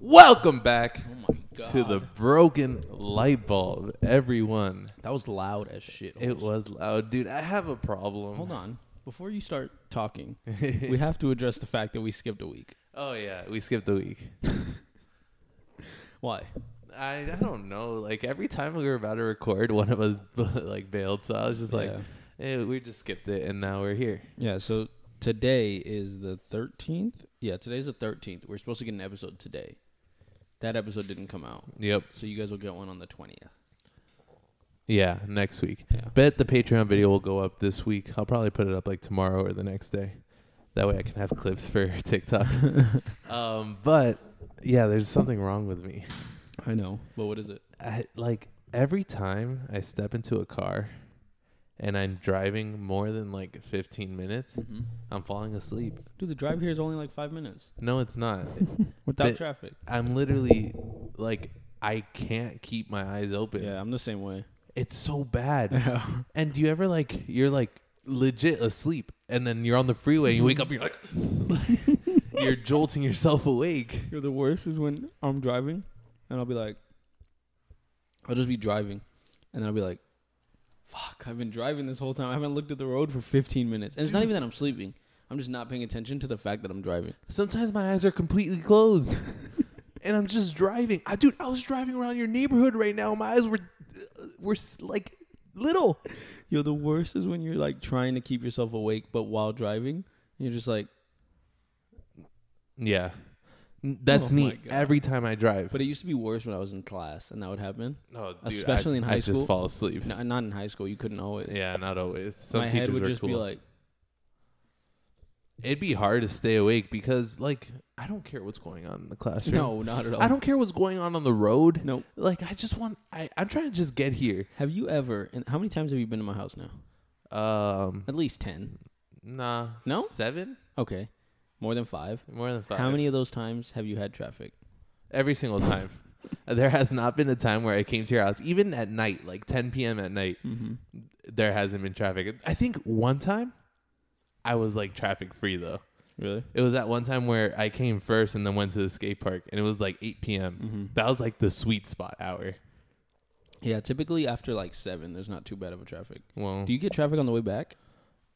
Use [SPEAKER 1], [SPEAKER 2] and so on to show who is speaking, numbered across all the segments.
[SPEAKER 1] Welcome back
[SPEAKER 2] Oh my god.
[SPEAKER 1] to the broken light bulb, everyone.
[SPEAKER 2] that was loud as shit.
[SPEAKER 1] It was loud, dude. I have a problem.
[SPEAKER 2] Hold on. Before you start talking, we have to address the fact that we skipped a week.
[SPEAKER 1] Oh yeah, we skipped a week.
[SPEAKER 2] Why?
[SPEAKER 1] I, I don't know. Like every time we were about to record, one of us like bailed, so I was just like,
[SPEAKER 2] Yeah.
[SPEAKER 1] eh, we just skipped it, and now we're here.
[SPEAKER 2] Yeah, so today is the 13th. Yeah, today's the 13th. We're supposed to get an episode today. That episode didn't come out.
[SPEAKER 1] Yep.
[SPEAKER 2] So you guys will get one on the 20th.
[SPEAKER 1] Yeah, next week.
[SPEAKER 2] Yeah.
[SPEAKER 1] Bet the Patreon video will go up this week. I'll probably put it up like tomorrow or the next day. That way I can have clips for TikTok. um, but yeah, there's something wrong with me.
[SPEAKER 2] I know. But what is it?
[SPEAKER 1] I, like every time I step into a car and I'm driving more than like 15 minutes, I'm falling asleep.
[SPEAKER 2] Mm-hmm. Dude, the drive here is only like 5 minutes
[SPEAKER 1] No, it's not.
[SPEAKER 2] without
[SPEAKER 1] But-
[SPEAKER 2] traffic.
[SPEAKER 1] I'm literally like I can't keep my eyes open.
[SPEAKER 2] Yeah, I'm the same way.
[SPEAKER 1] It's so bad. And do you ever like you're like legit asleep and then you're on the freeway and you wake up and you're like you're jolting yourself awake.
[SPEAKER 2] You're the worst is when I'm driving and I'll be like, I'll just be driving and then I'll be like, fuck, I've been driving this whole time. I haven't looked at the road for 15 minutes. And it's not even that I'm sleeping. I'm just not paying attention to the fact that I'm driving.
[SPEAKER 1] Sometimes my eyes are completely closed. and I'm just driving. I dude, I was driving around your neighborhood right now. My eyes were were s- like little.
[SPEAKER 2] Yo, the worst is when you're like trying to keep yourself awake, but while driving, you're just like,
[SPEAKER 1] Yeah. That's
[SPEAKER 2] Oh my
[SPEAKER 1] me
[SPEAKER 2] God.
[SPEAKER 1] every time I drive.
[SPEAKER 2] but it used to be worse when I was in class and that would happen.
[SPEAKER 1] no, dude,
[SPEAKER 2] Especially
[SPEAKER 1] I,
[SPEAKER 2] in
[SPEAKER 1] I
[SPEAKER 2] high
[SPEAKER 1] just
[SPEAKER 2] school.
[SPEAKER 1] fall asleep.
[SPEAKER 2] No, not in high school. You couldn't always.
[SPEAKER 1] Yeah, not always. Some
[SPEAKER 2] My
[SPEAKER 1] teachers
[SPEAKER 2] head would
[SPEAKER 1] are
[SPEAKER 2] just
[SPEAKER 1] cool.
[SPEAKER 2] be like,
[SPEAKER 1] It'd be hard to stay awake because, like, I don't care what's going on in the classroom.
[SPEAKER 2] no, not at all.
[SPEAKER 1] I don't care what's going on on the road.
[SPEAKER 2] Nope.
[SPEAKER 1] Like, I just want. I I'm trying to just get here.
[SPEAKER 2] Have you ever, and how many times have you been to my house now?
[SPEAKER 1] Um,
[SPEAKER 2] At least 10.
[SPEAKER 1] nah.
[SPEAKER 2] No?
[SPEAKER 1] Seven?
[SPEAKER 2] Okay. More than five.
[SPEAKER 1] More than five.
[SPEAKER 2] How many of those times have you had traffic?
[SPEAKER 1] Every single time. there has not been a time where I came to your house, even at night, like 10 p.m. at night.
[SPEAKER 2] Mm-hmm.
[SPEAKER 1] There hasn't been traffic. I think one time, I was like traffic free though.
[SPEAKER 2] Really?
[SPEAKER 1] It was that one time where I came first and then went to the skate park, and it was like 8 p.m.
[SPEAKER 2] Mm-hmm.
[SPEAKER 1] That was like the sweet spot hour.
[SPEAKER 2] Yeah, typically after like seven, there's not too bad of a traffic.
[SPEAKER 1] Well,
[SPEAKER 2] Do you get traffic on the way back?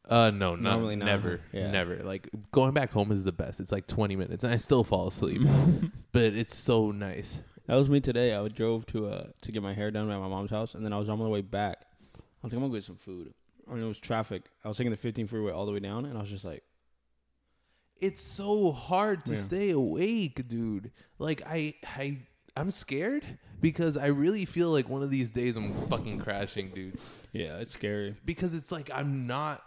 [SPEAKER 1] uh, no, not,
[SPEAKER 2] Normally not,
[SPEAKER 1] never,
[SPEAKER 2] yeah.
[SPEAKER 1] never. Like going back home is the best. It's like 20 minutes, and I still fall asleep,
[SPEAKER 2] Mm-hmm.
[SPEAKER 1] but it's so nice.
[SPEAKER 2] That was me today. I drove to uh to get my hair done at my mom's house, and then I was on my way back. I was like, I'm gonna go get some food. And it was traffic. I was taking the 15 freeway all the way down, and I was just like,
[SPEAKER 1] It's so hard to
[SPEAKER 2] Yeah.
[SPEAKER 1] stay awake, dude. Like I, I, I'm scared because I really feel like one of these days I'm fucking crashing, dude.
[SPEAKER 2] Yeah, it's scary.
[SPEAKER 1] because it's like I'm not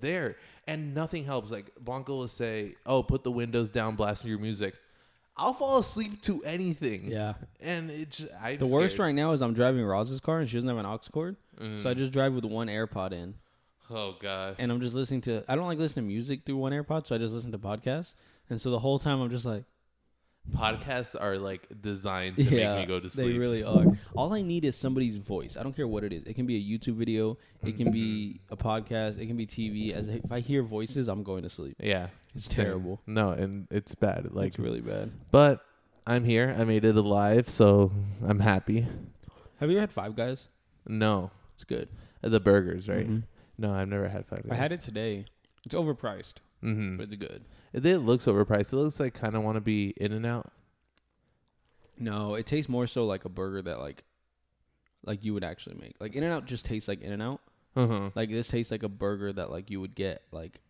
[SPEAKER 1] there and nothing helps. Like Blanco will say, "Oh, put the windows down, blast your music." I'll fall asleep to anything.
[SPEAKER 2] Yeah.
[SPEAKER 1] and it just I
[SPEAKER 2] The worst right now is I'm driving Roz's car, and she doesn't have an aux cord, so I just drive with one AirPod in.
[SPEAKER 1] Oh god.
[SPEAKER 2] and I'm just listening to. I don't like listening to music through one AirPod, so I just listen to podcasts. And so the whole time I'm just like,
[SPEAKER 1] Podcasts are like designed to
[SPEAKER 2] yeah,
[SPEAKER 1] make me go to sleep.
[SPEAKER 2] they really are. All I need is somebody's voice. I don't care what it is. It can be a YouTube video, it can be
[SPEAKER 1] Mm-hmm.
[SPEAKER 2] a podcast, it can be TV. As if I hear voices, I'm going to sleep.
[SPEAKER 1] yeah,
[SPEAKER 2] It's
[SPEAKER 1] Same.
[SPEAKER 2] terrible.
[SPEAKER 1] No, and it's bad. Like,
[SPEAKER 2] It's really bad.
[SPEAKER 1] but I'm here. I made it alive, so I'm happy.
[SPEAKER 2] Have you ever had Five Guys?
[SPEAKER 1] No,
[SPEAKER 2] It's good.
[SPEAKER 1] the burgers, right? No, I've never had five.
[SPEAKER 2] Mm-hmm. I had it today. It's overpriced,
[SPEAKER 1] Mm-hmm.
[SPEAKER 2] but it's good.
[SPEAKER 1] It it looks overpriced. It looks like kind of want to be in and out. Mm-hmm.
[SPEAKER 2] No, it tastes more so like a burger that like, like you would actually make. Like In and Out just tastes like In and Out.
[SPEAKER 1] Uh huh.
[SPEAKER 2] Like this tastes like a burger that like you would get like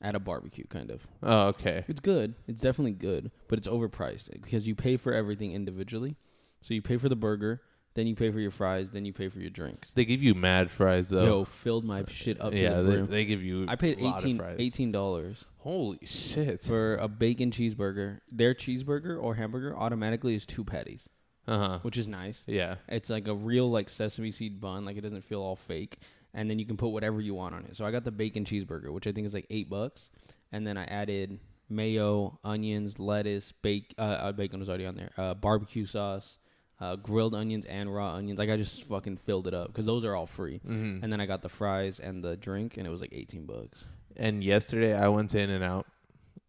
[SPEAKER 2] at a barbecue kind of.
[SPEAKER 1] Oh, okay.
[SPEAKER 2] It's good. It's definitely good, but it's overpriced eh, because you pay for everything individually. So you pay for the burger, then you pay for your fries, then you pay for your drinks.
[SPEAKER 1] They give you mad fries though.
[SPEAKER 2] Yo, filled my shit up
[SPEAKER 1] yeah,
[SPEAKER 2] to the
[SPEAKER 1] they,
[SPEAKER 2] brim.
[SPEAKER 1] they give you.
[SPEAKER 2] I paid
[SPEAKER 1] a lot of
[SPEAKER 2] 18
[SPEAKER 1] fries.
[SPEAKER 2] dollars
[SPEAKER 1] Holy shit.
[SPEAKER 2] for a bacon cheeseburger. Their cheeseburger or hamburger automatically is two patties,
[SPEAKER 1] Uh huh.
[SPEAKER 2] which is nice.
[SPEAKER 1] Yeah.
[SPEAKER 2] It's like a real like sesame seed bun, like it doesn't feel all fake. And then you can put whatever you want on it. So I got the bacon cheeseburger, which I think is like eight bucks. And then I added mayo, onions, lettuce, bake. Uh, uh, bacon was already on there. Uh, barbecue sauce, uh, grilled onions, and raw onions. Like I just fucking filled it up because those are all free. And then I got the fries and the drink, and it was like eighteen bucks.
[SPEAKER 1] And yesterday I went to In and Out.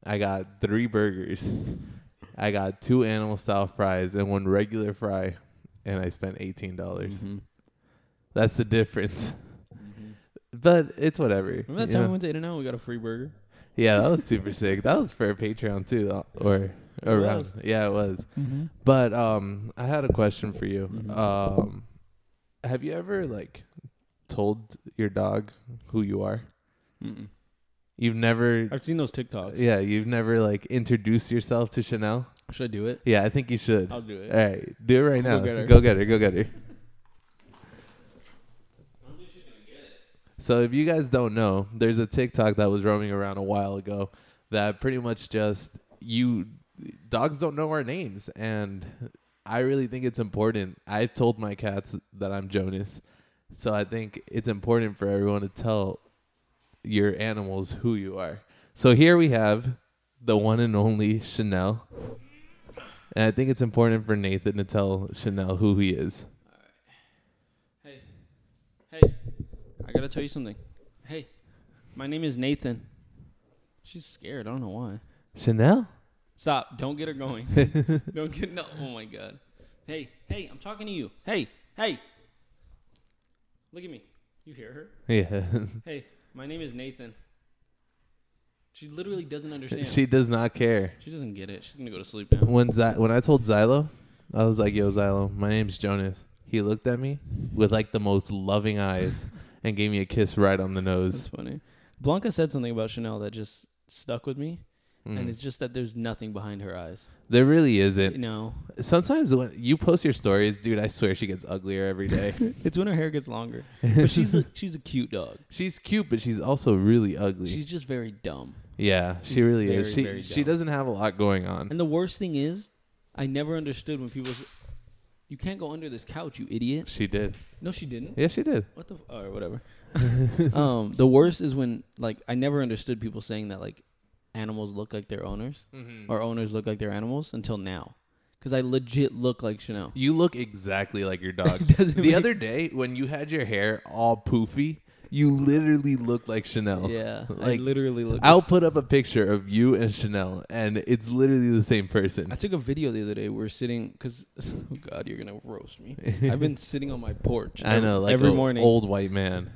[SPEAKER 1] I got three burgers. I got two animal style fries and one regular fry, and I spent eighteen dollars.
[SPEAKER 2] Mhm.
[SPEAKER 1] That's the difference. But it's whatever.
[SPEAKER 2] Remember that
[SPEAKER 1] you
[SPEAKER 2] time we
[SPEAKER 1] know?
[SPEAKER 2] went to In and Out? We got a free burger.
[SPEAKER 1] Yeah, that was super sick. That was for a Patreon too, uh, or around. Yeah, it was. But um, I had a question for you.
[SPEAKER 2] Mhm.
[SPEAKER 1] Um, have you ever like told your dog who you are?
[SPEAKER 2] Mm-mm.
[SPEAKER 1] You've never.
[SPEAKER 2] I've seen those TikToks.
[SPEAKER 1] Yeah, you've never like introduced yourself to Chanel.
[SPEAKER 2] Should I do it?
[SPEAKER 1] Yeah, I think you should.
[SPEAKER 2] I'll do it.
[SPEAKER 1] All right, do it right now.
[SPEAKER 2] eh? Go get her.
[SPEAKER 1] Go get her. Go get her. So if you guys don't know, there's a TikTok that was roaming around a while ago that pretty much just you dogs don't know our names and I really think it's important. I've told my cats that I'm Jonas. So I think it's important for everyone to tell your animals who you are. So here we have the one and only Chanel. And I think it's important for Nathan to tell Chanel who he is.
[SPEAKER 2] Hey, hey, I gotta tell you something. Hey, my name is Nathan. She's scared. I don't know why.
[SPEAKER 1] Chanel?
[SPEAKER 2] Stop. Don't get her going. don't get no. Oh my god. Hey, hey, I'm talking to you. Hey, hey. Look at me. You hear her?
[SPEAKER 1] Yeah.
[SPEAKER 2] Hey, my name is Nathan. She literally doesn't understand. She,
[SPEAKER 1] she does not care.
[SPEAKER 2] doesn't get it. She's gonna go to sleep now.
[SPEAKER 1] When Zy- when I told Xylo, I was like, "Yo, Xylo, my name's Jonas." He looked at me with like the most loving eyes and gave me a kiss right on the
[SPEAKER 2] That's
[SPEAKER 1] nose.
[SPEAKER 2] funny. Blanca said something about Chanel that just stuck with me,
[SPEAKER 1] Mm.
[SPEAKER 2] and it's just that there's nothing behind her eyes.
[SPEAKER 1] there really
[SPEAKER 2] You
[SPEAKER 1] isn't.
[SPEAKER 2] know,
[SPEAKER 1] Sometimes when you post your stories, dude, I swear she gets uglier every day.
[SPEAKER 2] It's when her hair gets longer. But she's the, she's a cute dog.
[SPEAKER 1] she's cute, but she's also really ugly.
[SPEAKER 2] She's just very dumb.
[SPEAKER 1] yeah, she
[SPEAKER 2] she's
[SPEAKER 1] really is.
[SPEAKER 2] very,
[SPEAKER 1] She
[SPEAKER 2] very
[SPEAKER 1] she
[SPEAKER 2] dumb.
[SPEAKER 1] doesn't have a lot going on.
[SPEAKER 2] And the worst thing is, I never understood when people. s- You can't go under this couch, you idiot.
[SPEAKER 1] She did.
[SPEAKER 2] No, she didn't.
[SPEAKER 1] Yeah, she did.
[SPEAKER 2] What the f- or whatever. um, the worst is when like I never understood people saying that like animals look like their owners
[SPEAKER 1] Mm.
[SPEAKER 2] or owners look like their animals until now, because I legit look like Chanel.
[SPEAKER 1] You look exactly like your dog.
[SPEAKER 2] Doesn't
[SPEAKER 1] the
[SPEAKER 2] make-
[SPEAKER 1] other day when you had your hair all poofy, you literally looked like Chanel.
[SPEAKER 2] Yeah,
[SPEAKER 1] Like,
[SPEAKER 2] I literally look.
[SPEAKER 1] I'll put up a picture of you and Chanel, and it's literally the same person.
[SPEAKER 2] I took a video the other day. We were sitting because, oh God, you're gonna roast me. I've been sitting on my porch.
[SPEAKER 1] I
[SPEAKER 2] ev-
[SPEAKER 1] know, like
[SPEAKER 2] every
[SPEAKER 1] a
[SPEAKER 2] morning.
[SPEAKER 1] old white man.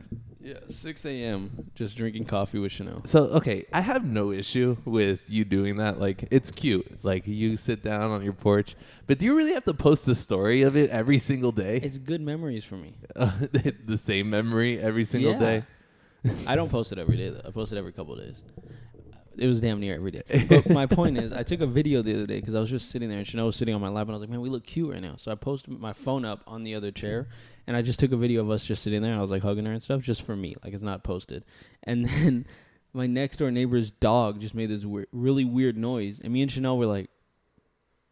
[SPEAKER 2] Yeah, 6 a.m. Just drinking coffee with Chanel.
[SPEAKER 1] So okay, I have no issue with you doing that. Like it's cute. Like you sit down on your porch, but do you really have to post the story of it every single day?
[SPEAKER 2] It's good memories for me.
[SPEAKER 1] the same memory every single
[SPEAKER 2] Yeah.
[SPEAKER 1] day.
[SPEAKER 2] I don't post it every day though. I post it every couple of days. It was damn near every day. But my point is, I took a video the other day because I was just sitting there and Chanel was sitting on my lap, and I was like, "Man, we look cute right now." So I posted my phone up on the other chair, and I just took a video of us just sitting there, and I was like hugging her and stuff, just for me. Like it's not posted. And then my next door neighbor's dog just made this weird, really weird noise, and me and Chanel were like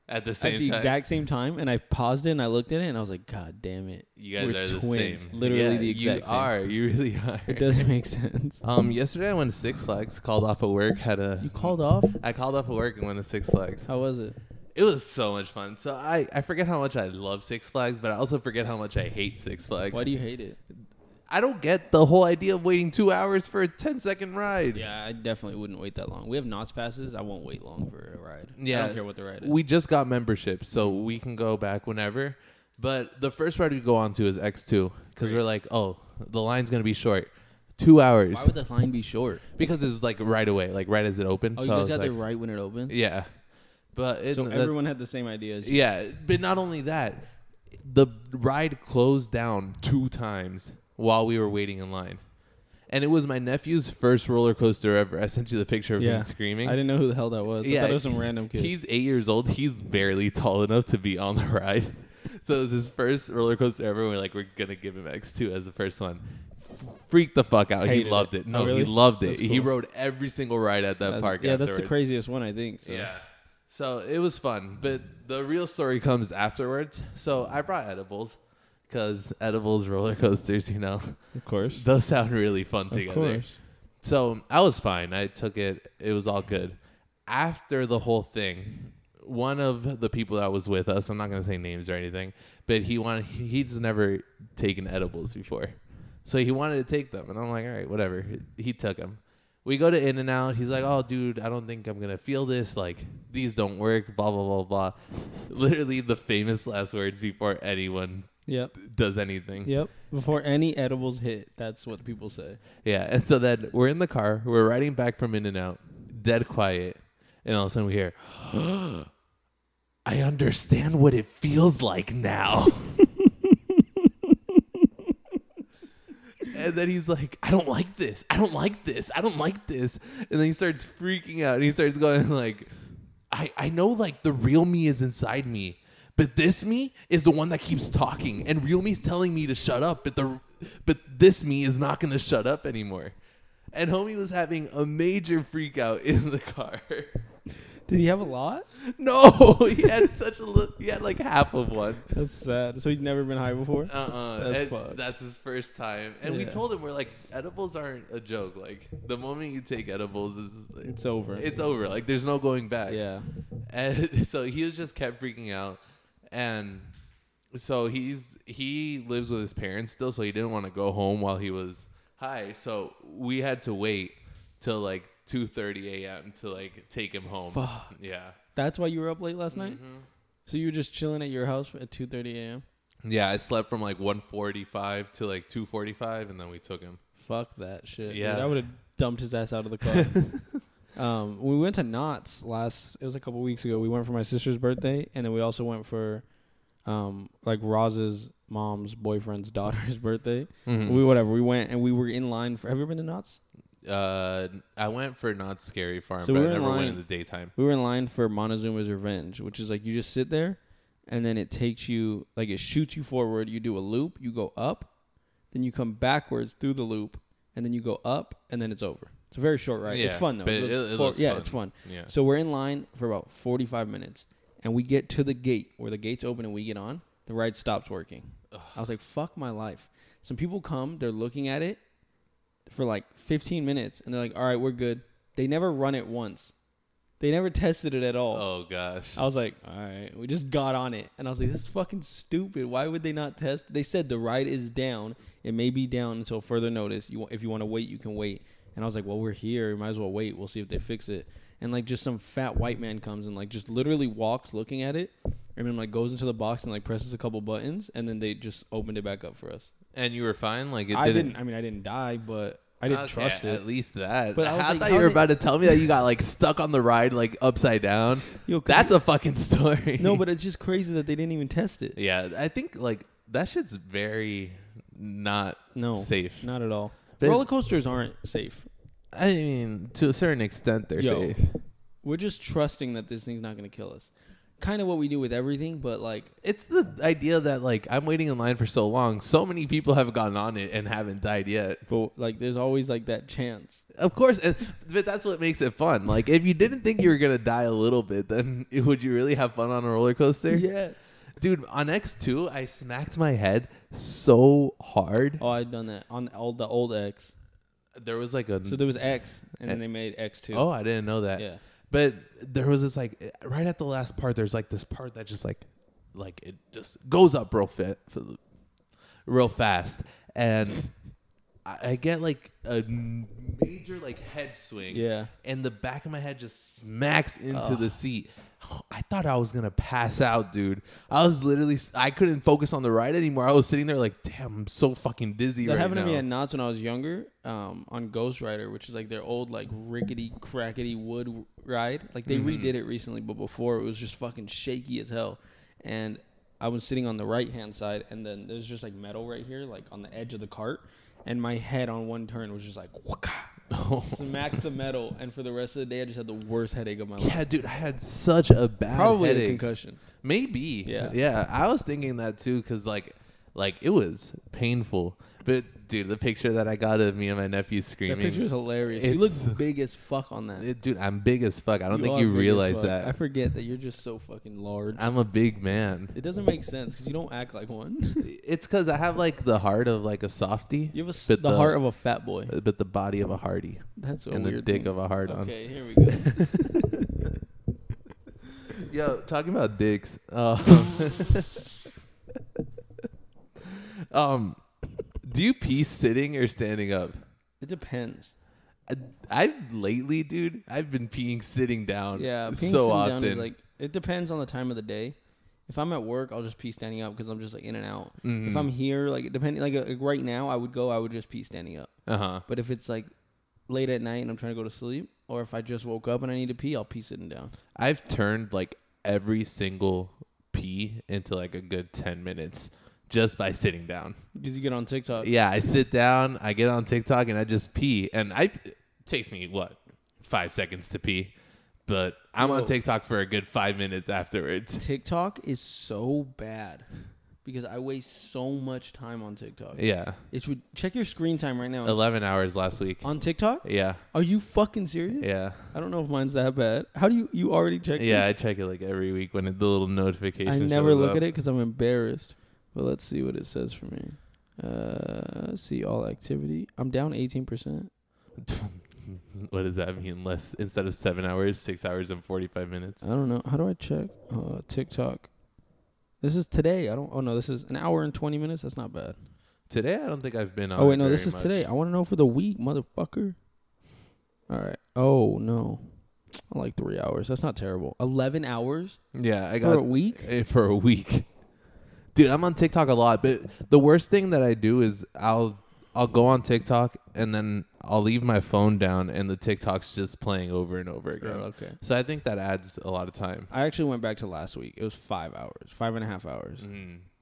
[SPEAKER 1] At the same
[SPEAKER 2] at the
[SPEAKER 1] time,
[SPEAKER 2] exact same time, and I paused it and I looked at it, and I was like, "God damn it!"
[SPEAKER 1] you guys
[SPEAKER 2] we're
[SPEAKER 1] are
[SPEAKER 2] twins,
[SPEAKER 1] the same.
[SPEAKER 2] literally
[SPEAKER 1] Yeah,
[SPEAKER 2] the exact
[SPEAKER 1] you
[SPEAKER 2] same.
[SPEAKER 1] are. You really are.
[SPEAKER 2] It doesn't make sense.
[SPEAKER 1] Um, yesterday I went to Six Flags. Called off of work. Had a
[SPEAKER 2] You called off?
[SPEAKER 1] I called off of work and went to Six Flags.
[SPEAKER 2] How was it?
[SPEAKER 1] It was so much fun. So I, I forget how much I love Six Flags, but I also forget how much I hate Six Flags.
[SPEAKER 2] Why do you hate it?
[SPEAKER 1] I don't get the whole idea of waiting two hours for a 10 second ride.
[SPEAKER 2] Yeah, I definitely wouldn't wait that long. We have knots passes. I won't wait long for a ride. I
[SPEAKER 1] Yeah.
[SPEAKER 2] don't care what the ride is.
[SPEAKER 1] We just got memberships, so we can go back whenever. But the first ride we go on to is X2 because
[SPEAKER 2] Great.
[SPEAKER 1] we're like, oh, the line's going to be short. Two hours.
[SPEAKER 2] Why would the line be short?
[SPEAKER 1] because it's like right away, like right as it opens. so
[SPEAKER 2] Oh,
[SPEAKER 1] I
[SPEAKER 2] you guys
[SPEAKER 1] was
[SPEAKER 2] got
[SPEAKER 1] like,
[SPEAKER 2] there right when it opened.
[SPEAKER 1] Yeah. But it,
[SPEAKER 2] so
[SPEAKER 1] that-
[SPEAKER 2] everyone had the same idea. As you.
[SPEAKER 1] Yeah, but not only that, the ride closed down two times while we were waiting in line. And it was my nephew's first roller coaster ever. I sent you the picture of him screaming.
[SPEAKER 2] I didn't know who the hell that was. I
[SPEAKER 1] Yeah,
[SPEAKER 2] thought it was some random kid.
[SPEAKER 1] He's eight years old. He's barely tall enough to be on the ride. So it was his first roller coaster ever. We're like, we're gonna give him X two as the first one. Freaked the fuck out.
[SPEAKER 2] Hated
[SPEAKER 1] he
[SPEAKER 2] it.
[SPEAKER 1] loved it.
[SPEAKER 2] Oh,
[SPEAKER 1] No,
[SPEAKER 2] really?
[SPEAKER 1] he loved it.
[SPEAKER 2] That's
[SPEAKER 1] He
[SPEAKER 2] cool.
[SPEAKER 1] rode every single ride at that
[SPEAKER 2] That's-
[SPEAKER 1] park.
[SPEAKER 2] yeah, that's the
[SPEAKER 1] afterwards.
[SPEAKER 2] craziest one I think. So.
[SPEAKER 1] Yeah. So it was fun, but the real story comes afterwards. So I brought edibles because edibles, roller coasters, you know,
[SPEAKER 2] of course,
[SPEAKER 1] those sound really fun
[SPEAKER 2] of
[SPEAKER 1] together.
[SPEAKER 2] course.
[SPEAKER 1] So I was fine. I took it. It was all good. After the whole thing, one of the people that was with us, I'm not going to say names or anything, but he wanted, he- he's never taken edibles before. So he wanted to take them. And I'm like, all right, whatever. He took them. We go to In and Out. He's like, "Oh, dude, I don't think I'm gonna feel this. Like, these don't work." Blah blah blah blah. Literally the famous last words before anyone
[SPEAKER 2] Yep.
[SPEAKER 1] does anything.
[SPEAKER 2] Yep. Before any edibles hit, that's what people say.
[SPEAKER 1] Yeah, and so then we're in the car, we're riding back from In and Out, dead quiet, and all of a sudden we hear, "I understand what it feels like now." and then he's like, "I don't like this. I don't like this. I don't like this." And then he starts freaking out, and he starts going like, "I I know like the real me is inside me." But this me is the one that keeps talking, and real me's telling me to shut up. But the but this me is not going to shut up anymore. And homie was having a major freak out in the car.
[SPEAKER 2] Did he have a lot?
[SPEAKER 1] no, he had such a li- he had like half of one.
[SPEAKER 2] That's sad. So he's never been high before.
[SPEAKER 1] Uh uh that's,
[SPEAKER 2] That's fucked.
[SPEAKER 1] his first time. And we
[SPEAKER 2] Yeah.
[SPEAKER 1] told him we're like edibles aren't a joke. Like the moment you take edibles is
[SPEAKER 2] It's over.
[SPEAKER 1] it's over. Like there's no going back.
[SPEAKER 2] yeah.
[SPEAKER 1] And so he was just kept freaking out. And so he's he lives with his parents still, so he didn't want to go home while he was high. So we had to wait till like two thirty AM to like take him home.
[SPEAKER 2] Fuck.
[SPEAKER 1] Yeah.
[SPEAKER 2] That's why you were up late last night. So you were just chilling at your house at 2:30 a.m.
[SPEAKER 1] Yeah, I slept from like one forty five to like two forty five and then we took him.
[SPEAKER 2] Fuck that shit. Yeah,
[SPEAKER 1] Yeah.
[SPEAKER 2] I would have dumped his ass out of the car. um, we went to Knott's last. It was a couple weeks ago. We went for my sister's birthday, and then we also went for, um, like Roz's mom's boyfriend's daughter's birthday.
[SPEAKER 1] Hmm.
[SPEAKER 2] We whatever. We went and we were in line for. Have you ever been to Knott's?
[SPEAKER 1] Uh I went for not scary farm,
[SPEAKER 2] So
[SPEAKER 1] but
[SPEAKER 2] we're
[SPEAKER 1] I
[SPEAKER 2] in
[SPEAKER 1] never went
[SPEAKER 2] line.
[SPEAKER 1] in the daytime.
[SPEAKER 2] We were in line for Montezuma's Revenge, which is like you just sit there, and then it takes you like it shoots you forward. You do a loop. You go up, then you come backwards through the loop, and then you go up, and then it's over. It's a very short ride. it's
[SPEAKER 1] Yeah,
[SPEAKER 2] fun though.
[SPEAKER 1] but
[SPEAKER 2] goes
[SPEAKER 1] it- it
[SPEAKER 2] for-
[SPEAKER 1] looks
[SPEAKER 2] yeah,
[SPEAKER 1] fun.
[SPEAKER 2] it's fun.
[SPEAKER 1] Yeah.
[SPEAKER 2] So we're in line for about 45 minutes, and we get to the gate where the gate's open and we get on. The ride stops working. I was like, fuck my life. Some people come, they're looking at it for like 15 minutes, and they're like, all right, we're good. They never run it once, they never tested it at all.
[SPEAKER 1] Oh gosh.
[SPEAKER 2] I was like, all right, we just got on it. And I was like, this is fucking stupid. Why would they not test? They said the ride is down. It may be down until further notice. You If you want to wait, you can wait. And I was like, well, we're here. We might as well wait. We'll see if they fix it. And like, just some fat white man comes and like just literally walks looking at it and then like goes into the box and like presses a couple buttons. And then they just opened it back up for us.
[SPEAKER 1] And you were fine? Like it
[SPEAKER 2] I
[SPEAKER 1] didn't
[SPEAKER 2] didn't, I mean, I didn't die, but I didn't
[SPEAKER 1] Okay,
[SPEAKER 2] trust it.
[SPEAKER 1] At least that.
[SPEAKER 2] But
[SPEAKER 1] But
[SPEAKER 2] I
[SPEAKER 1] I,
[SPEAKER 2] was like,
[SPEAKER 1] thought
[SPEAKER 2] how
[SPEAKER 1] you were
[SPEAKER 2] did-
[SPEAKER 1] about to tell me that you got like stuck on the ride like upside down.
[SPEAKER 2] Yo, could
[SPEAKER 1] That's a fucking story.
[SPEAKER 2] No, but it's just crazy that they didn't even test it.
[SPEAKER 1] yeah, I think like that shit's very not
[SPEAKER 2] No,
[SPEAKER 1] safe.
[SPEAKER 2] Not at all.
[SPEAKER 1] They-
[SPEAKER 2] Roller coasters aren't safe.
[SPEAKER 1] I mean, to a certain extent, they're
[SPEAKER 2] Yo.
[SPEAKER 1] safe.
[SPEAKER 2] We're just trusting that this thing's not going to kill us. Kind of what we do with everything, but like,
[SPEAKER 1] It's the idea that like I'm waiting in line for so long. So many people have gotten on it and haven't died yet.
[SPEAKER 2] but like, there's always like that chance.
[SPEAKER 1] Of course, and but that's what makes it fun. Like if you didn't think you were gonna die a little bit, then would you really have fun on a roller coaster?
[SPEAKER 2] Yes.
[SPEAKER 1] Dude, on X2, I smacked my head so hard.
[SPEAKER 2] Oh, I've done that on the old, the old X.
[SPEAKER 1] There was like a
[SPEAKER 2] So there was X, and then they made X two.
[SPEAKER 1] Oh, I didn't know that.
[SPEAKER 2] Yeah.
[SPEAKER 1] But there was this like right at the last part there's like this part that just like like it just goes up real fit real fast and I I get like a major like head swing.
[SPEAKER 2] Yeah.
[SPEAKER 1] And the back of my head just smacks into
[SPEAKER 2] Ugh.
[SPEAKER 1] the seat. I thought I was gonna pass out, dude. I was literally I couldn't focus on the ride anymore. I was sitting there like, damn, I'm so fucking dizzy
[SPEAKER 2] That
[SPEAKER 1] right
[SPEAKER 2] happened
[SPEAKER 1] now.
[SPEAKER 2] to me at Knott's when I was younger, um, on Ghost Rider, which is like their old like rickety crackety wood ride. Like
[SPEAKER 1] Mm-hmm.
[SPEAKER 2] they redid it recently, but before it was just fucking shaky as hell. And I was sitting on the right hand side, and then there's just like metal right here, like on the edge of the cart, and my head on one turn was just like whaka, smacked the metal, and for the rest of the day I just had the worst headache of my life.
[SPEAKER 1] yeah, dude, I had such a bad
[SPEAKER 2] Probably a
[SPEAKER 1] headache.
[SPEAKER 2] concussion.
[SPEAKER 1] Maybe.
[SPEAKER 2] Yeah.
[SPEAKER 1] Yeah. I was thinking that too, because like, like it was painful. But dude, the picture that I got of me and my nephew
[SPEAKER 2] That
[SPEAKER 1] screaming.
[SPEAKER 2] picture is hilarious. You look
[SPEAKER 1] it's-
[SPEAKER 2] big as fuck on that.
[SPEAKER 1] it- dude, I'm big as fuck. I don't think
[SPEAKER 2] are
[SPEAKER 1] you
[SPEAKER 2] big as
[SPEAKER 1] realize
[SPEAKER 2] fuck. I
[SPEAKER 1] that.
[SPEAKER 2] forget that you're just so fucking large.
[SPEAKER 1] I'm a big man.
[SPEAKER 2] It doesn't make sense because you don't act like one.
[SPEAKER 1] It's because I have like the heart of like a softie,
[SPEAKER 2] you have a s the,
[SPEAKER 1] But the-
[SPEAKER 2] heart of a fat boy.
[SPEAKER 1] but the body of a hardy
[SPEAKER 2] That's a
[SPEAKER 1] and the
[SPEAKER 2] weird
[SPEAKER 1] dick
[SPEAKER 2] thing.
[SPEAKER 1] of a hard on.
[SPEAKER 2] Okay, here we go.
[SPEAKER 1] Yo, talking about dicks. Uh, um, do you pee sitting or standing up?
[SPEAKER 2] it depends.
[SPEAKER 1] I've lately, dude, I've been peeing sitting down
[SPEAKER 2] Yeah, peeing
[SPEAKER 1] so
[SPEAKER 2] sitting
[SPEAKER 1] often.
[SPEAKER 2] down is like it depends on the time of the day. If I'm at work, I'll just pee standing up because I'm just like in and out.
[SPEAKER 1] Mm. Mm-hmm.
[SPEAKER 2] If I'm here, like depending, like, uh, like right now, I would go, I would just pee standing up.
[SPEAKER 1] uh huh.
[SPEAKER 2] But if it's like late at night and I'm trying to go to sleep, or if I just woke up and I need to pee, I'll pee sitting down.
[SPEAKER 1] I've turned like every single pee into like a good 10 minutes just by sitting down.
[SPEAKER 2] Because you get on TikTok,
[SPEAKER 1] Yeah, I sit down, I get on TikTok and I just pee and I it takes me what? 5 seconds to pee. But I'm on
[SPEAKER 2] Yo.
[SPEAKER 1] TikTok for a good 5 minutes afterwards.
[SPEAKER 2] TikTok is so bad because I waste so much time on TikTok.
[SPEAKER 1] Yeah.
[SPEAKER 2] It should check your screen time right now.
[SPEAKER 1] 11 hours last week.
[SPEAKER 2] Um, on TikTok?
[SPEAKER 1] Yeah.
[SPEAKER 2] Are you fucking serious?
[SPEAKER 1] Yeah.
[SPEAKER 2] I don't know if mine's that bad. How do you you already checked?
[SPEAKER 1] Yeah, I
[SPEAKER 2] this?
[SPEAKER 1] check it like every week when it, the little notification
[SPEAKER 2] I never look at
[SPEAKER 1] it.
[SPEAKER 2] it because I'm embarrassed. But let's see what it says for me. Uh, let's see all activity. I'm down 18 percent.
[SPEAKER 1] What does that mean? Less instead of 7 hours, 6 hours and 45 minutes.
[SPEAKER 2] I don't know. How do I check uh, TikTok? This is today. I don't. Oh no, this is an hour and 20 minutes. That's not bad.
[SPEAKER 1] Today I don't think I've been on
[SPEAKER 2] oh
[SPEAKER 1] it
[SPEAKER 2] wait, no, this
[SPEAKER 1] very
[SPEAKER 2] is
[SPEAKER 1] much.
[SPEAKER 2] today. I want to know for the week, motherfucker. All right. Oh no, I like three hours. That's not terrible. 11 hours
[SPEAKER 1] Yeah, I
[SPEAKER 2] for a
[SPEAKER 1] got
[SPEAKER 2] week.
[SPEAKER 1] eh, for a week. Dude, I'm on TikTok a lot, but the worst thing that I do is I'll I'll go on TikTok and then I'll leave my phone down and the TikTok's just playing over and over
[SPEAKER 2] Oh,
[SPEAKER 1] again.
[SPEAKER 2] okay.
[SPEAKER 1] So I think that adds a lot of time.
[SPEAKER 2] I actually went back to last week. It was five hours, five and a half
[SPEAKER 1] Mm.
[SPEAKER 2] hours.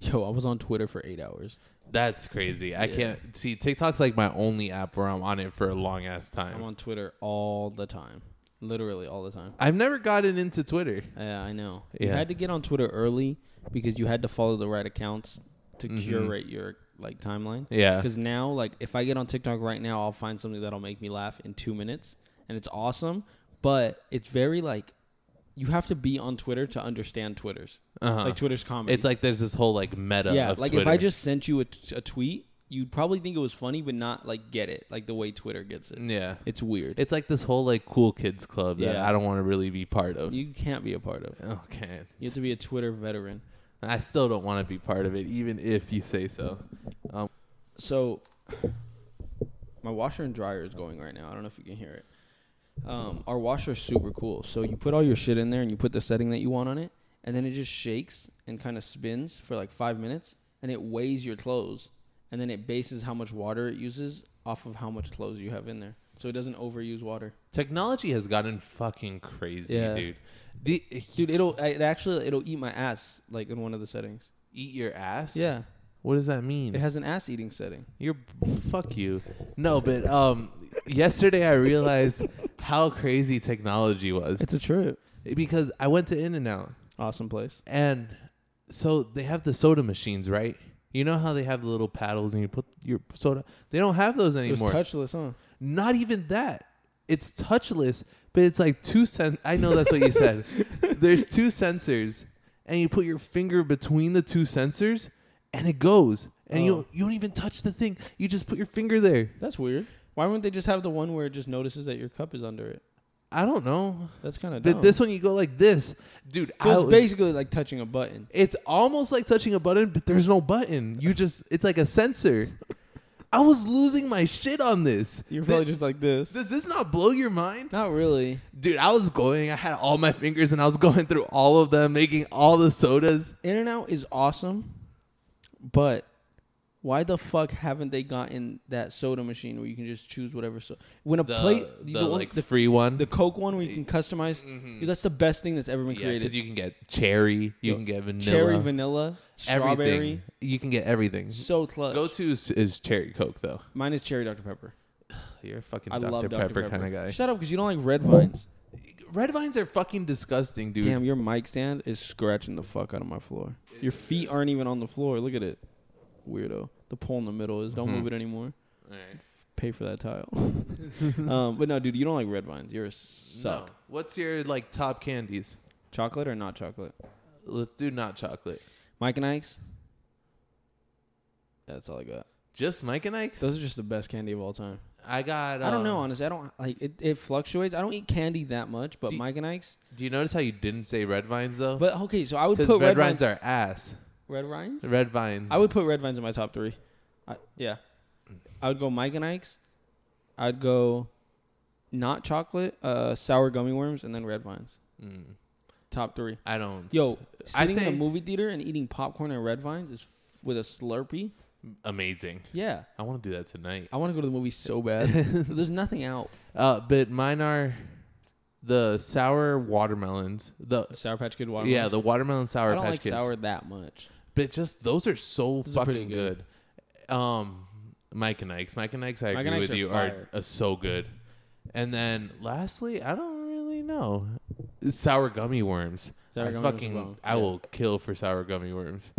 [SPEAKER 2] Yo, I was on Twitter for eight hours.
[SPEAKER 1] That's crazy. I
[SPEAKER 2] Yeah.
[SPEAKER 1] can't see TikTok's like my only app where I'm on it for a long ass
[SPEAKER 2] I'm
[SPEAKER 1] time.
[SPEAKER 2] on Twitter all the time, literally all the time.
[SPEAKER 1] I've never gotten into Twitter.
[SPEAKER 2] Yeah, I know. You
[SPEAKER 1] Yeah.
[SPEAKER 2] had to get on Twitter early because you had to follow the right accounts to
[SPEAKER 1] Mhm.
[SPEAKER 2] curate your like timeline.
[SPEAKER 1] Yeah.
[SPEAKER 2] Because now, like, if I get on TikTok right now, I'll find something that'll make me laugh in two minutes, and it's awesome. But it's very like you have to be on Twitter to understand Twitter's
[SPEAKER 1] Uh-huh.
[SPEAKER 2] like Twitter's comedy.
[SPEAKER 1] it's like there's this whole like meta
[SPEAKER 2] yeah,
[SPEAKER 1] of
[SPEAKER 2] like
[SPEAKER 1] Twitter.
[SPEAKER 2] if I just sent you a, t- a tweet, you'd probably think it was funny, but not like get it like the way Twitter gets it.
[SPEAKER 1] yeah.
[SPEAKER 2] It's weird.
[SPEAKER 1] Mm. It's like this whole like cool kids club that
[SPEAKER 2] Yeah.
[SPEAKER 1] I don't want to really be part of.
[SPEAKER 2] you can't be a part of.
[SPEAKER 1] Okay.
[SPEAKER 2] You have to be a Twitter veteran.
[SPEAKER 1] I still don't want to be part of it, even if you say so.
[SPEAKER 2] So, my washer and dryer is going right now. I don't know if you can hear it. Um, our washer is super cool. So you put all your shit in there and you put the setting that you want on it, and then it just shakes and kind of spins for like five minutes, and it weighs your clothes, and then it bases how much water it uses off of how much clothes you have in there. So it doesn't overuse water.
[SPEAKER 1] Technology has gotten fucking crazy,
[SPEAKER 2] Yeah.
[SPEAKER 1] dude. The,
[SPEAKER 2] Dude, it'll it actually it'll eat my ass like in one of the settings.
[SPEAKER 1] eat your ass.
[SPEAKER 2] Yeah,
[SPEAKER 1] What does that mean?
[SPEAKER 2] it has an ass eating setting.
[SPEAKER 1] You're fuck you. No, but um, yesterday I realized how crazy technology was
[SPEAKER 2] It's a trip.
[SPEAKER 1] because I went to In and Out,
[SPEAKER 2] Awesome place.
[SPEAKER 1] and so they have the soda machines, right? You know how they have the little paddles and you put your soda. They don't have those
[SPEAKER 2] It was
[SPEAKER 1] anymore.
[SPEAKER 2] touchless, huh?
[SPEAKER 1] Not even that. It's touchless, but it's like two cents. I know that's what you said. There's two sensors, and you put your finger between the two sensors, and it goes. And
[SPEAKER 2] Oh.
[SPEAKER 1] you you don't even touch the thing. You just put your finger there.
[SPEAKER 2] That's weird. Why wouldn't they just have the one where it just notices that your cup is under it?
[SPEAKER 1] I don't know.
[SPEAKER 2] That's kind of dumb.
[SPEAKER 1] But this one, you go like this, dude.
[SPEAKER 2] so
[SPEAKER 1] I
[SPEAKER 2] it's
[SPEAKER 1] was-
[SPEAKER 2] basically like touching a button.
[SPEAKER 1] it's almost like touching a button, but there's no button. You just it's like a sensor. I was losing my shit on this.
[SPEAKER 2] You're
[SPEAKER 1] Thi-
[SPEAKER 2] probably just like this.
[SPEAKER 1] does this not blow your mind?
[SPEAKER 2] Not really.
[SPEAKER 1] Dude, I was going. I had all my fingers and I was going through all of them, making all the sodas.
[SPEAKER 2] In and out is awesome, but why the fuck haven't they gotten that soda machine where you can just choose whatever so when a plate you
[SPEAKER 1] the,
[SPEAKER 2] don't-
[SPEAKER 1] like
[SPEAKER 2] the,
[SPEAKER 1] free one.
[SPEAKER 2] the Coke one where you can customize? Dude, that's the best thing that's ever been
[SPEAKER 1] yeah,
[SPEAKER 2] created.
[SPEAKER 1] because you can get cherry, you
[SPEAKER 2] Yo,
[SPEAKER 1] can get vanilla,
[SPEAKER 2] Cherry, vanilla,
[SPEAKER 1] everything.
[SPEAKER 2] strawberry,
[SPEAKER 1] You can get everything.
[SPEAKER 2] so clutch.
[SPEAKER 1] Go to is, is cherry coke though.
[SPEAKER 2] Mine is cherry Dr Pepper.
[SPEAKER 1] You're a fucking
[SPEAKER 2] I
[SPEAKER 1] Dr.
[SPEAKER 2] love Dr
[SPEAKER 1] Pepper,
[SPEAKER 2] Pepper
[SPEAKER 1] kind of guy.
[SPEAKER 2] Shut up, because you don't like red vines.
[SPEAKER 1] Red vines are fucking disgusting, dude.
[SPEAKER 2] Damn, your mic stand is scratching the fuck out of my floor. Your feet aren't even on the floor. Look at it. Weirdo. The pole in the middle is don't
[SPEAKER 1] Mhm.
[SPEAKER 2] move it anymore. Pay for that tile. um, but no, dude, you don't like red vines. You're a suck.
[SPEAKER 1] No. What's your like top candies?
[SPEAKER 2] Chocolate or not chocolate?
[SPEAKER 1] Let's do not chocolate.
[SPEAKER 2] Mike and Ike's? That's all I got.
[SPEAKER 1] Just Mike and Ike's.
[SPEAKER 2] Those are just the best candy of all time.
[SPEAKER 1] I got.
[SPEAKER 2] I don't
[SPEAKER 1] um,
[SPEAKER 2] know, honestly. I don't like it, it fluctuates. I don't eat candy that much, but
[SPEAKER 1] Do you-
[SPEAKER 2] Mike and Ike's.
[SPEAKER 1] Do you notice how you didn't say red vines though?
[SPEAKER 2] But okay, so I would
[SPEAKER 1] Because
[SPEAKER 2] put
[SPEAKER 1] red,
[SPEAKER 2] red,
[SPEAKER 1] vines are ass.
[SPEAKER 2] red vines?
[SPEAKER 1] Red vines.
[SPEAKER 2] I would put Red Vines in my top three. I, yeah, I would go Mike and Ike's. I'd go not chocolate, uh, sour gummy worms, and then red vines.
[SPEAKER 1] Mm.
[SPEAKER 2] Top three.
[SPEAKER 1] I don't.
[SPEAKER 2] Yo,
[SPEAKER 1] I
[SPEAKER 2] sitting in
[SPEAKER 1] say-
[SPEAKER 2] a movie theater and eating popcorn and red vines is f- with a Slurpee.
[SPEAKER 1] amazing.
[SPEAKER 2] Yeah,
[SPEAKER 1] I want to do that tonight.
[SPEAKER 2] I want to go to the movie so bad. There's nothing out.
[SPEAKER 1] Uh, but mine are the sour watermelons. The
[SPEAKER 2] Sour Patch Kid watermelon.
[SPEAKER 1] yeah, the watermelon sour
[SPEAKER 2] I don't
[SPEAKER 1] patch
[SPEAKER 2] like
[SPEAKER 1] kids.
[SPEAKER 2] sour that much.
[SPEAKER 1] But just those are so
[SPEAKER 2] Those are pretty
[SPEAKER 1] fucking good. Um, Mike and Ike's, Mike and Ike's, I
[SPEAKER 2] Mike and
[SPEAKER 1] agree
[SPEAKER 2] Ike's
[SPEAKER 1] with
[SPEAKER 2] are
[SPEAKER 1] you,
[SPEAKER 2] fire.
[SPEAKER 1] are uh, so good. And then lastly, I don't really know sour gummy worms.
[SPEAKER 2] Sour
[SPEAKER 1] I
[SPEAKER 2] gummy worms are
[SPEAKER 1] fucking
[SPEAKER 2] bomb.
[SPEAKER 1] I
[SPEAKER 2] Yeah.
[SPEAKER 1] will kill for sour gummy worms.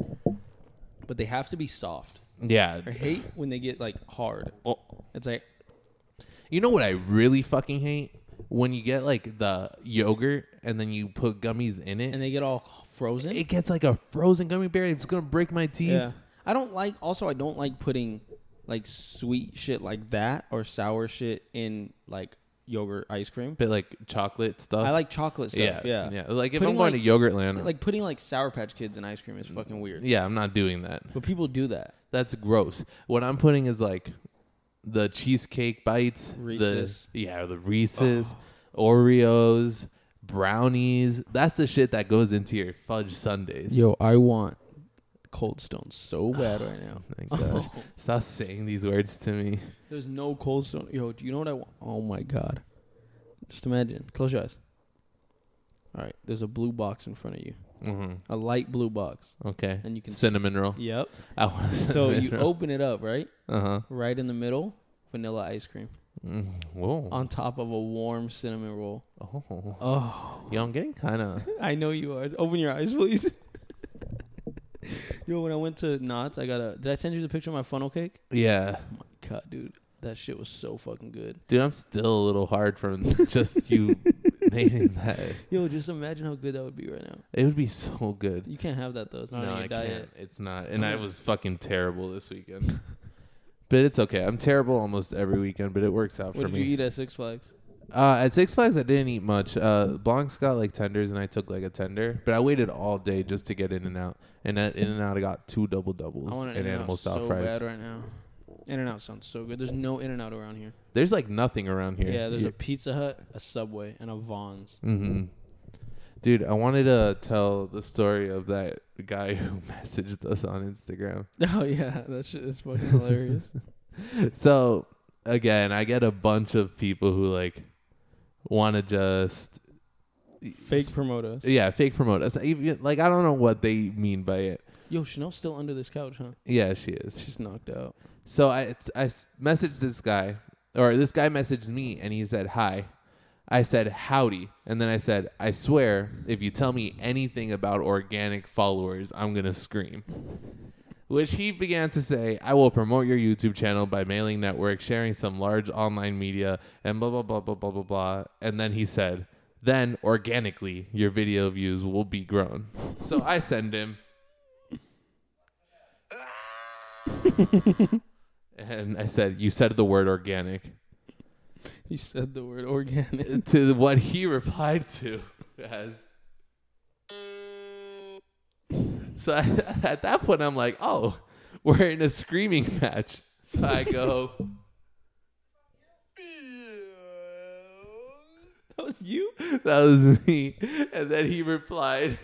[SPEAKER 2] But they have to be soft.
[SPEAKER 1] Yeah. Oh,
[SPEAKER 2] I hate when they get like hard. It's like
[SPEAKER 1] You know what I really fucking hate when you get like the yogurt and then you put gummies in it.
[SPEAKER 2] and they get all frozen.
[SPEAKER 1] it gets like a frozen gummy bear. It's gonna break my teeth.
[SPEAKER 2] yeah. I don't like. Also, I don't like putting like sweet shit like that or sour shit in like yogurt ice cream.
[SPEAKER 1] But like chocolate stuff.
[SPEAKER 2] I like chocolate stuff. Yeah.
[SPEAKER 1] yeah. Like if
[SPEAKER 2] Putting,
[SPEAKER 1] I'm going
[SPEAKER 2] like-
[SPEAKER 1] to Yogurtland,
[SPEAKER 2] Like putting like Sour Patch Kids in ice cream is fucking weird.
[SPEAKER 1] yeah, I'm not doing that.
[SPEAKER 2] But people do that.
[SPEAKER 1] That's gross. What I'm putting is like the cheesecake bites,
[SPEAKER 2] Reese's.
[SPEAKER 1] the yeah, the Reese's, Oreos, brownies. That's the shit that goes into your fudge sundaes.
[SPEAKER 2] Yo, I want Cold Stone so bad right now.
[SPEAKER 1] My gosh. Stop saying these words to me.
[SPEAKER 2] There's no Cold Stone. Yo, do you know what I want? Oh my god. Just imagine. Close your eyes. All right. There's a blue box in front of you.
[SPEAKER 1] hmm
[SPEAKER 2] A light blue box.
[SPEAKER 1] Okay.
[SPEAKER 2] And you can
[SPEAKER 1] cinnamon roll.
[SPEAKER 2] Yep.
[SPEAKER 1] I want
[SPEAKER 2] So you open it up, right?
[SPEAKER 1] uh huh.
[SPEAKER 2] Right in the middle, vanilla ice cream
[SPEAKER 1] Mm, Whoa.
[SPEAKER 2] on top of a warm cinnamon roll.
[SPEAKER 1] oh.
[SPEAKER 2] Oh,
[SPEAKER 1] Yo, I'm getting kind of.
[SPEAKER 2] I know you are. Open your eyes, please. Yo, when I went to Knott's, I got a. Did I send you the picture of my funnel cake? Oh
[SPEAKER 1] Yeah.
[SPEAKER 2] My God, dude, that shit was so fucking good.
[SPEAKER 1] Dude, I'm still a little hard from just you naming that.
[SPEAKER 2] Yo, just imagine how good that would be right now.
[SPEAKER 1] It would be so good.
[SPEAKER 2] You can't have that though. It's not
[SPEAKER 1] no,
[SPEAKER 2] on your
[SPEAKER 1] I
[SPEAKER 2] diet.
[SPEAKER 1] can't. It's not. And I was fucking terrible this weekend. but it's okay. I'm terrible almost every weekend, but it works out
[SPEAKER 2] What
[SPEAKER 1] for
[SPEAKER 2] did
[SPEAKER 1] me.
[SPEAKER 2] you eat at Six Flags?
[SPEAKER 1] Uh, at Six Flags, I didn't eat much. Uh, Blancs got like tenders, and I took like a tender. But I waited all day just to get In and Out, and at In and Out, I got two double doubles
[SPEAKER 2] I want
[SPEAKER 1] and
[SPEAKER 2] an In and
[SPEAKER 1] animal
[SPEAKER 2] Out
[SPEAKER 1] style
[SPEAKER 2] so
[SPEAKER 1] fries.
[SPEAKER 2] bad right now. In and Out sounds so good. There's no In and Out around here.
[SPEAKER 1] There's like nothing around here.
[SPEAKER 2] Yeah, there's
[SPEAKER 1] You-
[SPEAKER 2] a Pizza Hut, a Subway, and a Vons.
[SPEAKER 1] hmm Dude, I wanted to tell the story of that guy who messaged us on Instagram.
[SPEAKER 2] Oh yeah, that shit is fucking hilarious.
[SPEAKER 1] So again, I get a bunch of people who like want to just
[SPEAKER 2] Fake promote us.
[SPEAKER 1] yeah fake promote us. Even- Like I don't know what they mean by it.
[SPEAKER 2] Yo, Chanel's still under this couch, huh?
[SPEAKER 1] Yeah, she is.
[SPEAKER 2] She's knocked out.
[SPEAKER 1] So I it's- I s- messaged this guy, or this guy messaged me, and he said hi. I said howdy, and then I said, I swear, if you tell me anything about organic followers, I'm gonna scream. Which he began to say, I will promote your YouTube channel by mailing network, sharing some large online media, and blah blah blah blah blah blah blah. And then he said, then organically your video views will be grown. So I send him. And I said, You said the word organic.
[SPEAKER 2] You said the word organic.
[SPEAKER 1] to what he replied to as. So I, at that point, I'm like, oh, we're in a screaming match. So I go,
[SPEAKER 2] That was you?
[SPEAKER 1] that was me. And then he replied,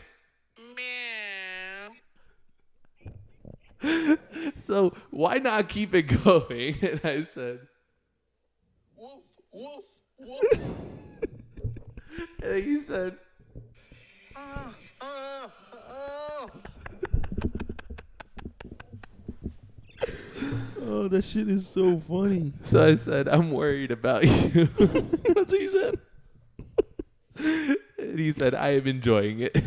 [SPEAKER 1] so why not keep it going? And I said, and he said,
[SPEAKER 2] Oh, that shit is so funny.
[SPEAKER 1] so I said, I'm worried about you.
[SPEAKER 2] That's what you said.
[SPEAKER 1] And he said, I am enjoying it.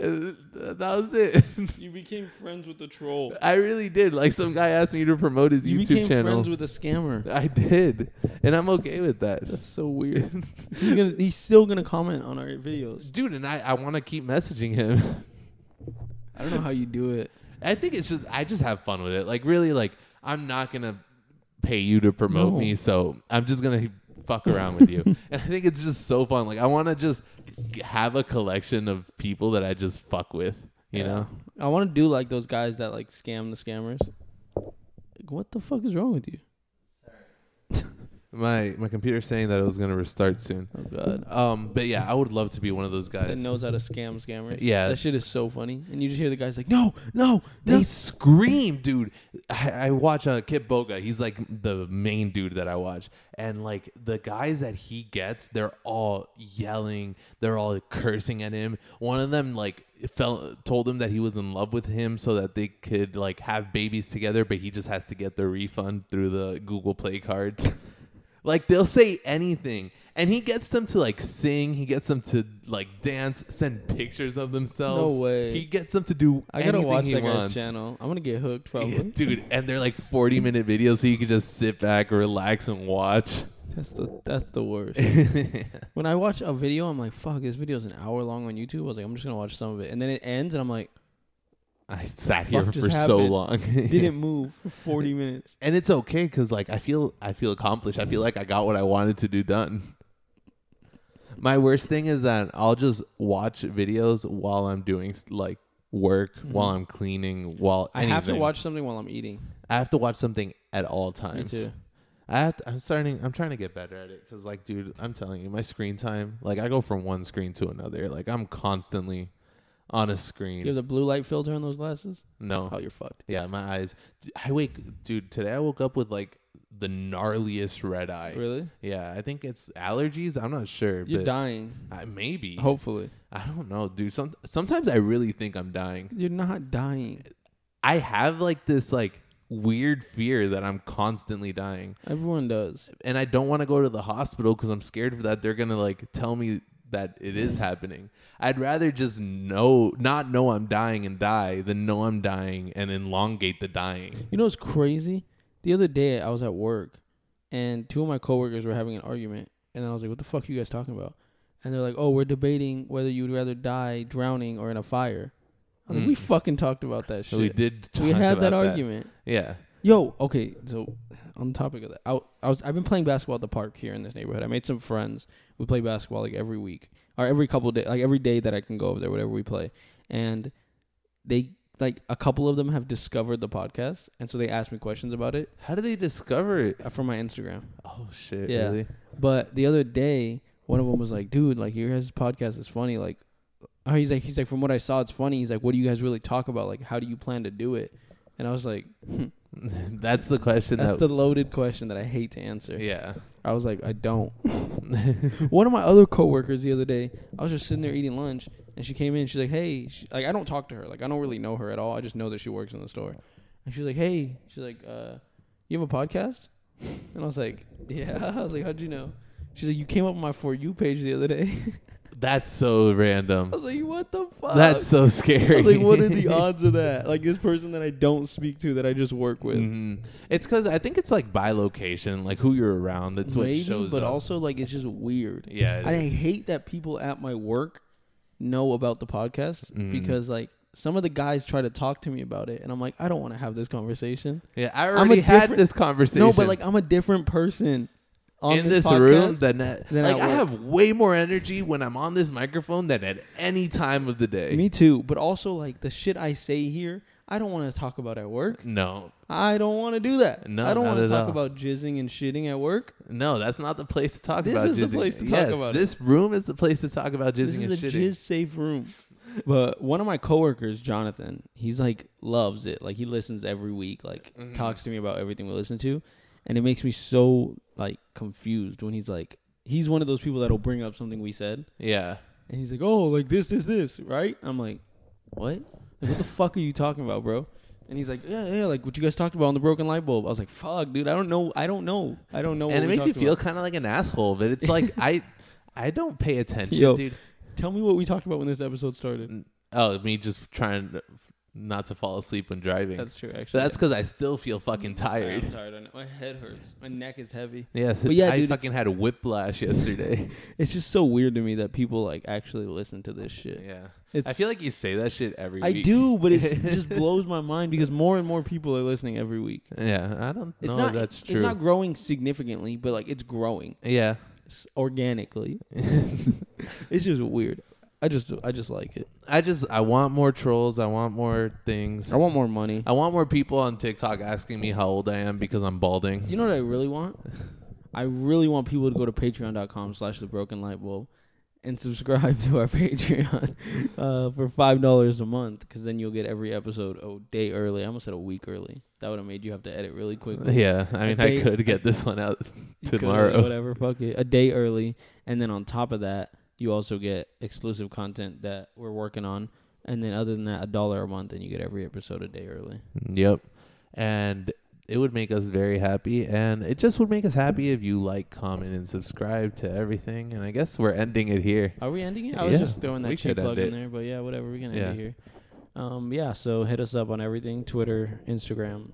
[SPEAKER 1] And th- that was it.
[SPEAKER 2] You became friends with the troll.
[SPEAKER 1] I really did. Like some guy asked me to promote his
[SPEAKER 2] You became
[SPEAKER 1] YouTube channel.
[SPEAKER 2] friends with a scammer.
[SPEAKER 1] I did. And I'm okay with that.
[SPEAKER 2] That's so weird. he's gonna he's still gonna comment on our videos.
[SPEAKER 1] Dude, and I, I wanna keep messaging him.
[SPEAKER 2] I don't know how you do it.
[SPEAKER 1] I think it's just I just have fun with it. Like really like I'm not gonna pay you to promote
[SPEAKER 2] No.
[SPEAKER 1] me, so I'm just gonna fuck around with you. And I think it's just so fun. Like I wanna just g- have a collection of people that I just fuck with. You
[SPEAKER 2] Yeah.
[SPEAKER 1] know?
[SPEAKER 2] I wanna do like those guys that like scam the scammers. Like, what the fuck is wrong with you?
[SPEAKER 1] my my computer's saying that it was gonna restart soon.
[SPEAKER 2] Oh god.
[SPEAKER 1] Um, but yeah, I would love to be one of those
[SPEAKER 2] That
[SPEAKER 1] guys.
[SPEAKER 2] knows how to scam scammers.
[SPEAKER 1] Yeah.
[SPEAKER 2] That shit is so funny. And you just hear the guys like, no.
[SPEAKER 1] No, no, they
[SPEAKER 2] No.
[SPEAKER 1] scream, dude. I, I watch uh, Kip Boga. He's like the main dude that I watch, and like the guys that he gets, they're all yelling, they're all cursing at him. One of them like fell, told him that he was in love with him so that they could like have babies together, but he just has to get the refund through the Google Play card. Like they'll say anything. And he gets them to like sing, he gets them to like dance, send pictures of themselves.
[SPEAKER 2] No way.
[SPEAKER 1] He gets them to do
[SPEAKER 2] I gotta
[SPEAKER 1] anything
[SPEAKER 2] watch
[SPEAKER 1] he
[SPEAKER 2] that guy's
[SPEAKER 1] wants.
[SPEAKER 2] channel. I'm gonna get hooked probably.
[SPEAKER 1] Yeah, dude, and they're like 40 minute videos so you can just sit back, relax and watch.
[SPEAKER 2] That's the that's the worst.
[SPEAKER 1] yeah.
[SPEAKER 2] when I watch a video, I'm like, fuck, this video's an hour long on YouTube. I was like, I'm just gonna watch some of it, and then it ends, and I'm like,
[SPEAKER 1] I sat
[SPEAKER 2] Fuck
[SPEAKER 1] here
[SPEAKER 2] just
[SPEAKER 1] for so
[SPEAKER 2] happened?
[SPEAKER 1] long.
[SPEAKER 2] didn't move for 40 minutes.
[SPEAKER 1] and it's okay cuz like I feel I feel accomplished. I feel like I got what I wanted to do done. My worst thing is that I'll just watch videos while I'm doing like work, while I'm cleaning, while
[SPEAKER 2] I have to
[SPEAKER 1] anything.
[SPEAKER 2] watch something while I'm eating.
[SPEAKER 1] I have to watch something at all
[SPEAKER 2] Me
[SPEAKER 1] times.
[SPEAKER 2] too.
[SPEAKER 1] I have to, I'm starting. I'm trying to get better at it because, like, dude, I'm telling you, my screen time. Like, I go from one screen to another. Like, I'm constantly on a
[SPEAKER 2] You
[SPEAKER 1] screen.
[SPEAKER 2] have the blue light filter on those glasses.
[SPEAKER 1] no,
[SPEAKER 2] Oh, you're fucked.
[SPEAKER 1] yeah, my eyes. D- I wake, dude. Today I woke up with like the gnarliest red eye.
[SPEAKER 2] Really?
[SPEAKER 1] Yeah, I think it's allergies. I'm not sure,
[SPEAKER 2] You're
[SPEAKER 1] but
[SPEAKER 2] dying.
[SPEAKER 1] I, maybe.
[SPEAKER 2] Hopefully,
[SPEAKER 1] I don't know, dude. Some, sometimes I really think I'm dying.
[SPEAKER 2] you're not dying.
[SPEAKER 1] I have like this like weird fear that I'm constantly dying.
[SPEAKER 2] Everyone does.
[SPEAKER 1] and I don't want to go to the hospital because I'm scared that they're gonna like tell me that it is happening. I'd rather just know, not know I'm dying and die than know I'm dying and elongate the dying.
[SPEAKER 2] You know what's crazy? The other day I was at work and two of my coworkers were having an argument and then I was like, What the fuck are you guys talking about? And they're like, Oh, we're debating whether you'd rather die drowning or in a fire. I was like, We
[SPEAKER 1] Mm.
[SPEAKER 2] fucking talked about that shit.
[SPEAKER 1] So we did.
[SPEAKER 2] We
[SPEAKER 1] talk
[SPEAKER 2] had that
[SPEAKER 1] about
[SPEAKER 2] argument.
[SPEAKER 1] Yeah.
[SPEAKER 2] Yo, okay, so on the topic of that, I, I was I've been playing basketball at the park here in this neighborhood. I made some friends. We play basketball like every week or every couple days, like every day that I can go over there, whatever we play. And they like a couple of them have discovered the podcast, and so they asked me questions about it
[SPEAKER 1] How did they discover it?
[SPEAKER 2] uh, from my Instagram.
[SPEAKER 1] Oh shit!
[SPEAKER 2] Yeah.
[SPEAKER 1] Really?
[SPEAKER 2] But the other day, one of them was like, "Dude, like your guys' podcast is funny." Like, oh, he's like, he's like, from what I saw, it's funny. He's like, "What do you guys really talk about? Like, how do you plan to do it?" And I was like, hmm,
[SPEAKER 1] That's the question.
[SPEAKER 2] "That's the
[SPEAKER 1] that,
[SPEAKER 2] loaded question that I hate to answer."
[SPEAKER 1] Yeah.
[SPEAKER 2] I was like, "I don't." one of my other coworkers the other day, I was just sitting there eating lunch, and she came in. She's like, "Hey," she, like I don't talk to her. Like I don't really know her at all. I just know that she works in the store. And she's like, "Hey," she's like, uh, "You have a podcast?" And I was like, "Yeah." I was like, "How'd you know?" She's like, "You came up on my for you page the other day."
[SPEAKER 1] That's so random.
[SPEAKER 2] I was like, "What the fuck?"
[SPEAKER 1] That's so
[SPEAKER 2] I
[SPEAKER 1] scary.
[SPEAKER 2] was like, "What are the odds of that?" Like this person that I don't speak to, that I just work with.
[SPEAKER 1] Mhm. It's because I think it's like by location, like who you're around. That's what
[SPEAKER 2] Maybe,
[SPEAKER 1] shows
[SPEAKER 2] but
[SPEAKER 1] up.
[SPEAKER 2] also like it's just weird.
[SPEAKER 1] yeah. it
[SPEAKER 2] I
[SPEAKER 1] is.
[SPEAKER 2] hate that people at my work know about the podcast
[SPEAKER 1] Mm.
[SPEAKER 2] because like some of the guys try to talk to me about it and I'm like I don't want to have this conversation.
[SPEAKER 1] Yeah, I
[SPEAKER 2] a
[SPEAKER 1] already had
[SPEAKER 2] different-
[SPEAKER 1] this conversation.
[SPEAKER 2] No, but like I'm a different person on
[SPEAKER 1] in
[SPEAKER 2] this,
[SPEAKER 1] this, room,
[SPEAKER 2] podcast.
[SPEAKER 1] than that,
[SPEAKER 2] than
[SPEAKER 1] like
[SPEAKER 2] at
[SPEAKER 1] I
[SPEAKER 2] work.
[SPEAKER 1] have way more energy when I'm on this microphone than at any time of the day.
[SPEAKER 2] Me too, but also like the shit I say here, I don't want to talk about at work.
[SPEAKER 1] no,
[SPEAKER 2] I don't want to do that.
[SPEAKER 1] No,
[SPEAKER 2] I don't
[SPEAKER 1] not
[SPEAKER 2] want to
[SPEAKER 1] at
[SPEAKER 2] talk
[SPEAKER 1] all.
[SPEAKER 2] about jizzing and shitting at work.
[SPEAKER 1] no, that's not the place to talk
[SPEAKER 2] This
[SPEAKER 1] about.
[SPEAKER 2] is the
[SPEAKER 1] jizzing.
[SPEAKER 2] place to talk
[SPEAKER 1] yes,
[SPEAKER 2] about it.
[SPEAKER 1] This room is the place to talk about jizzing
[SPEAKER 2] this is
[SPEAKER 1] and
[SPEAKER 2] a
[SPEAKER 1] shitting.
[SPEAKER 2] jizz safe room. But one of my coworkers, Jonathan, he's like loves it. Like he listens every week. Like
[SPEAKER 1] Mhm.
[SPEAKER 2] talks to me about everything we listen to, and it makes me so like confused when he's like, he's one of those people that'll bring up something we said,
[SPEAKER 1] yeah,
[SPEAKER 2] and he's like, oh, like this, this, this, right? I'm like, what? Like, what the fuck are you talking about, bro? And he's like, yeah, yeah, like what you guys talked about on the broken light bulb. I was like, fuck, dude, I don't know, I don't know, I don't know. what
[SPEAKER 1] and it
[SPEAKER 2] we
[SPEAKER 1] makes you
[SPEAKER 2] talked
[SPEAKER 1] feel
[SPEAKER 2] about."
[SPEAKER 1] kind of like an asshole, but it's like I, I don't pay attention,
[SPEAKER 2] Yo.
[SPEAKER 1] dude.
[SPEAKER 2] Tell me what we talked about when this episode started.
[SPEAKER 1] Oh, me just trying to- not to fall asleep when driving.
[SPEAKER 2] That's true, actually.
[SPEAKER 1] But that's because I still feel fucking
[SPEAKER 2] I'm
[SPEAKER 1] tired.
[SPEAKER 2] tired. I know. My head hurts. My neck is heavy.
[SPEAKER 1] Yes,
[SPEAKER 2] But yeah,
[SPEAKER 1] I
[SPEAKER 2] dude, it's-
[SPEAKER 1] fucking had a whiplash yesterday.
[SPEAKER 2] It's just so weird to me that people like actually listen to this shit.
[SPEAKER 1] yeah,
[SPEAKER 2] It's,
[SPEAKER 1] I feel like you say that shit every
[SPEAKER 2] I
[SPEAKER 1] week.
[SPEAKER 2] do, but it's, it just blows my mind because more and more people are listening every week.
[SPEAKER 1] Yeah, I don't
[SPEAKER 2] It's
[SPEAKER 1] know.
[SPEAKER 2] not. e,
[SPEAKER 1] if that's true.
[SPEAKER 2] It's not growing significantly, but like it's growing
[SPEAKER 1] yeah,
[SPEAKER 2] s- organically. it's just weird. I just I just like it.
[SPEAKER 1] I just I want more trolls. I want more things.
[SPEAKER 2] I want more money.
[SPEAKER 1] I want more people on TikTok asking me how old I am because I'm balding.
[SPEAKER 2] You know what I really want? I really want people to go to patreon.com slash the broken light bulb and subscribe to our Patreon uh, for five dollars a month because then you'll get every episode a day early. I almost said a week early. That would have made you have to edit really quickly.
[SPEAKER 1] Yeah, I mean,
[SPEAKER 2] day-
[SPEAKER 1] I could get this one out
[SPEAKER 2] Go,
[SPEAKER 1] tomorrow.
[SPEAKER 2] whatever, fuck it. A day early, and then on top of that, you also get exclusive content that we're working on. And then other than that, a dollar a month, and you get every episode a day early.
[SPEAKER 1] Yep. And it would make us very happy. And it just would make us happy if you like, comment, and subscribe to everything. And I guess we're ending it here.
[SPEAKER 2] Are we ending it? I was
[SPEAKER 1] Yeah,
[SPEAKER 2] just throwing that
[SPEAKER 1] we
[SPEAKER 2] cheap
[SPEAKER 1] could end
[SPEAKER 2] plug in
[SPEAKER 1] it.
[SPEAKER 2] there, but yeah, whatever. We're gonna
[SPEAKER 1] Yeah.
[SPEAKER 2] end it here. Um, yeah. So hit us up on everything: Twitter, Instagram,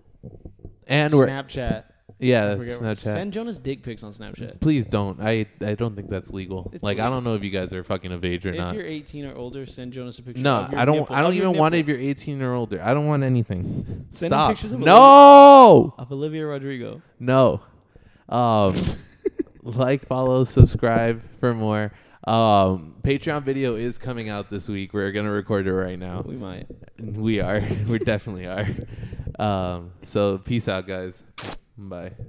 [SPEAKER 1] And we're,
[SPEAKER 2] Snapchat.
[SPEAKER 1] yeah,
[SPEAKER 2] I forget what-
[SPEAKER 1] Snapchat.
[SPEAKER 2] Send Jonas dick pics on Snapchat.
[SPEAKER 1] Please don't. I, I don't think that's legal.
[SPEAKER 2] It's
[SPEAKER 1] like, I
[SPEAKER 2] legal.
[SPEAKER 1] don't know if you guys are fucking of age or
[SPEAKER 2] if
[SPEAKER 1] not.
[SPEAKER 2] you're 18 or older, send Jonas a picture.
[SPEAKER 1] No,
[SPEAKER 2] of your
[SPEAKER 1] I don't.
[SPEAKER 2] nipple-
[SPEAKER 1] I don't
[SPEAKER 2] of your
[SPEAKER 1] even want it
[SPEAKER 2] nipple-
[SPEAKER 1] if you're 18 or older. I don't want anything.
[SPEAKER 2] Send him
[SPEAKER 1] Stop.
[SPEAKER 2] pictures of a
[SPEAKER 1] No,
[SPEAKER 2] Of Olivia Rodrigo.
[SPEAKER 1] no. Um, like, follow, subscribe for more. Um, Patreon video is coming out this week. We're gonna record it right now.
[SPEAKER 2] We might.
[SPEAKER 1] We are. we definitely are. Um, so peace out, guys. Bye.